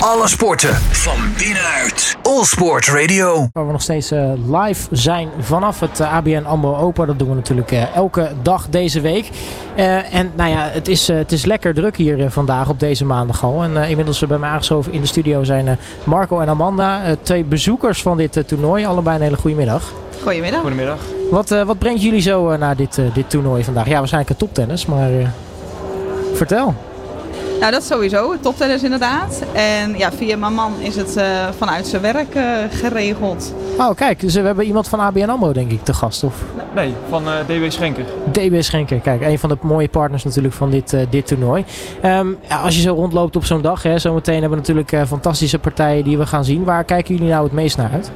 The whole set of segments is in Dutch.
Alle sporten van binnenuit. All Sport Radio. Waar we nog steeds eh, live zijn vanaf het eh, ABN AMRO Open. Dat doen we natuurlijk eh, elke dag deze week. Eh, en nou ja, het is, eh, het is lekker druk hier eh, vandaag op deze maandag al. En eh, inmiddels eh, bij mij aangeschoven in de studio zijn eh, Marco en Amanda. eh, twee bezoekers van dit eh, toernooi. Allebei een hele goede middag. Goedemiddag. Goedemiddag. Wat, eh, wat brengt jullie zo eh, naar dit, eh, dit toernooi vandaag? Ja, waarschijnlijk een toptennis, maar eh, vertel. Nou, dat sowieso. Toptennis inderdaad. En ja, via mijn man is het eh, vanuit zijn werk eh, geregeld. Oh, kijk, dus eh, we hebben iemand van ABN AMRO denk ik te gast. Of Nee, van eh, DW Schenker. DB Schenker, kijk, een van de mooie partners natuurlijk van dit, eh, dit toernooi. Ehm, ja, als je zo rondloopt op zo'n dag, hè, zometeen hebben we natuurlijk eh, fantastische partijen die we gaan zien. Waar kijken jullie nou het meest naar uit?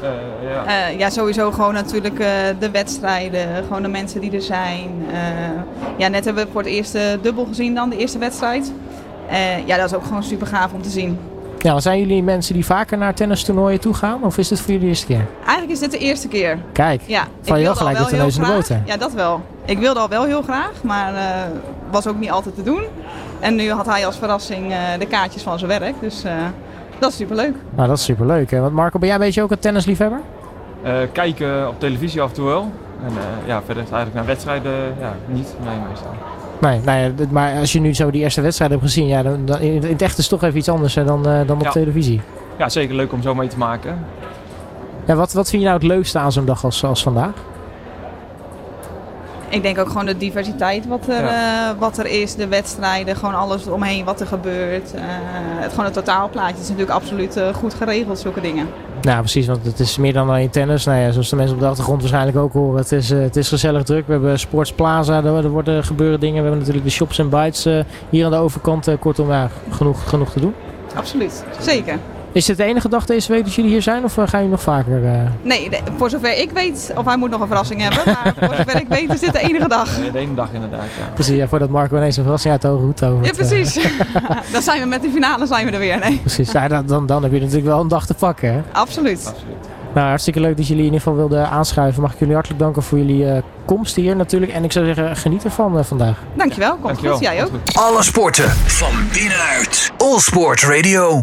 Eh, ja. Eh, ja, sowieso gewoon natuurlijk eh, de wedstrijden. Gewoon de mensen die er zijn. Eh, ja, net hebben we voor het eerst de dubbel gezien dan, de eerste wedstrijd. Eh, ja, dat is ook gewoon super gaaf om te zien. Ja, zijn jullie mensen die vaker naar tennistoernooien toe gaan? Of is dit voor jullie de eerste keer? Eigenlijk is dit de eerste keer. Kijk, Ja, val ik je wel wilde gelijk al met de heel neus in de graag. boter. Ja, dat wel. Ik wilde al wel heel graag, maar eh, was ook niet altijd te doen. En nu had hij als verrassing eh, de kaartjes van zijn werk. Dus eh, dat is superleuk. Nou, dat is superleuk. Hè? Want Marco, ben jij een beetje ook een tennisliefhebber? Eh, kijken op televisie af en toe wel. En eh, ja, verder eigenlijk naar wedstrijden ja, niet. Nee, meestal. Nee, nou ja, dit- maar als je nu zo die eerste wedstrijd hebt gezien, ja, dan, dan- in het echt is het toch even iets anders hè, dan, eh, dan op Ja. televisie. Ja, zeker leuk om zo mee te maken. Ja, wat, wat vind je nou het leukste aan zo'n dag als, als vandaag? Ik denk ook gewoon de diversiteit wat er, eh, wat er is, de wedstrijden, gewoon alles omheen wat er gebeurt. Eh, het, gewoon het totaalplaatje is natuurlijk absoluut eh, goed geregeld, zulke dingen. Nou, precies, want het is meer dan alleen tennis. Nou ja, zoals de mensen op de achtergrond waarschijnlijk ook horen. Het is, eh, het is gezellig druk. We hebben Sportsplaza, er, er worden, gebeuren dingen. We hebben natuurlijk de Shops en Bites eh, hier aan de overkant. eh, kortom, ja, genoeg, genoeg te doen. Absoluut, zeker. Is dit de enige dag deze week dat jullie hier zijn? Of eh, gaan jullie nog vaker? eh? Nee, de- voor zover ik weet, of hij moet nog een verrassing hebben, maar voor zover ik weet is dit de enige dag. Eh, de ene dag inderdaad, ja. Precies, ja, voordat Marco ineens een verrassing uit de hoge hoed tovert. Ja, eh. precies. Dan zijn we met de finale zijn we er weer. Nee, precies, ja, dan, dan, dan heb je natuurlijk wel een dag te pakken. Hè? absoluut. Absoluut. Nou, hartstikke leuk dat jullie in ieder geval wilden aanschuiven. Mag ik jullie hartelijk danken voor jullie eh, komst hier natuurlijk. En ik zou zeggen, geniet ervan eh, vandaag. Dankjewel, komt Dankjewel. goed. Jij ook. Komt goed. Alle sporten van binnenuit. All Sport Radio.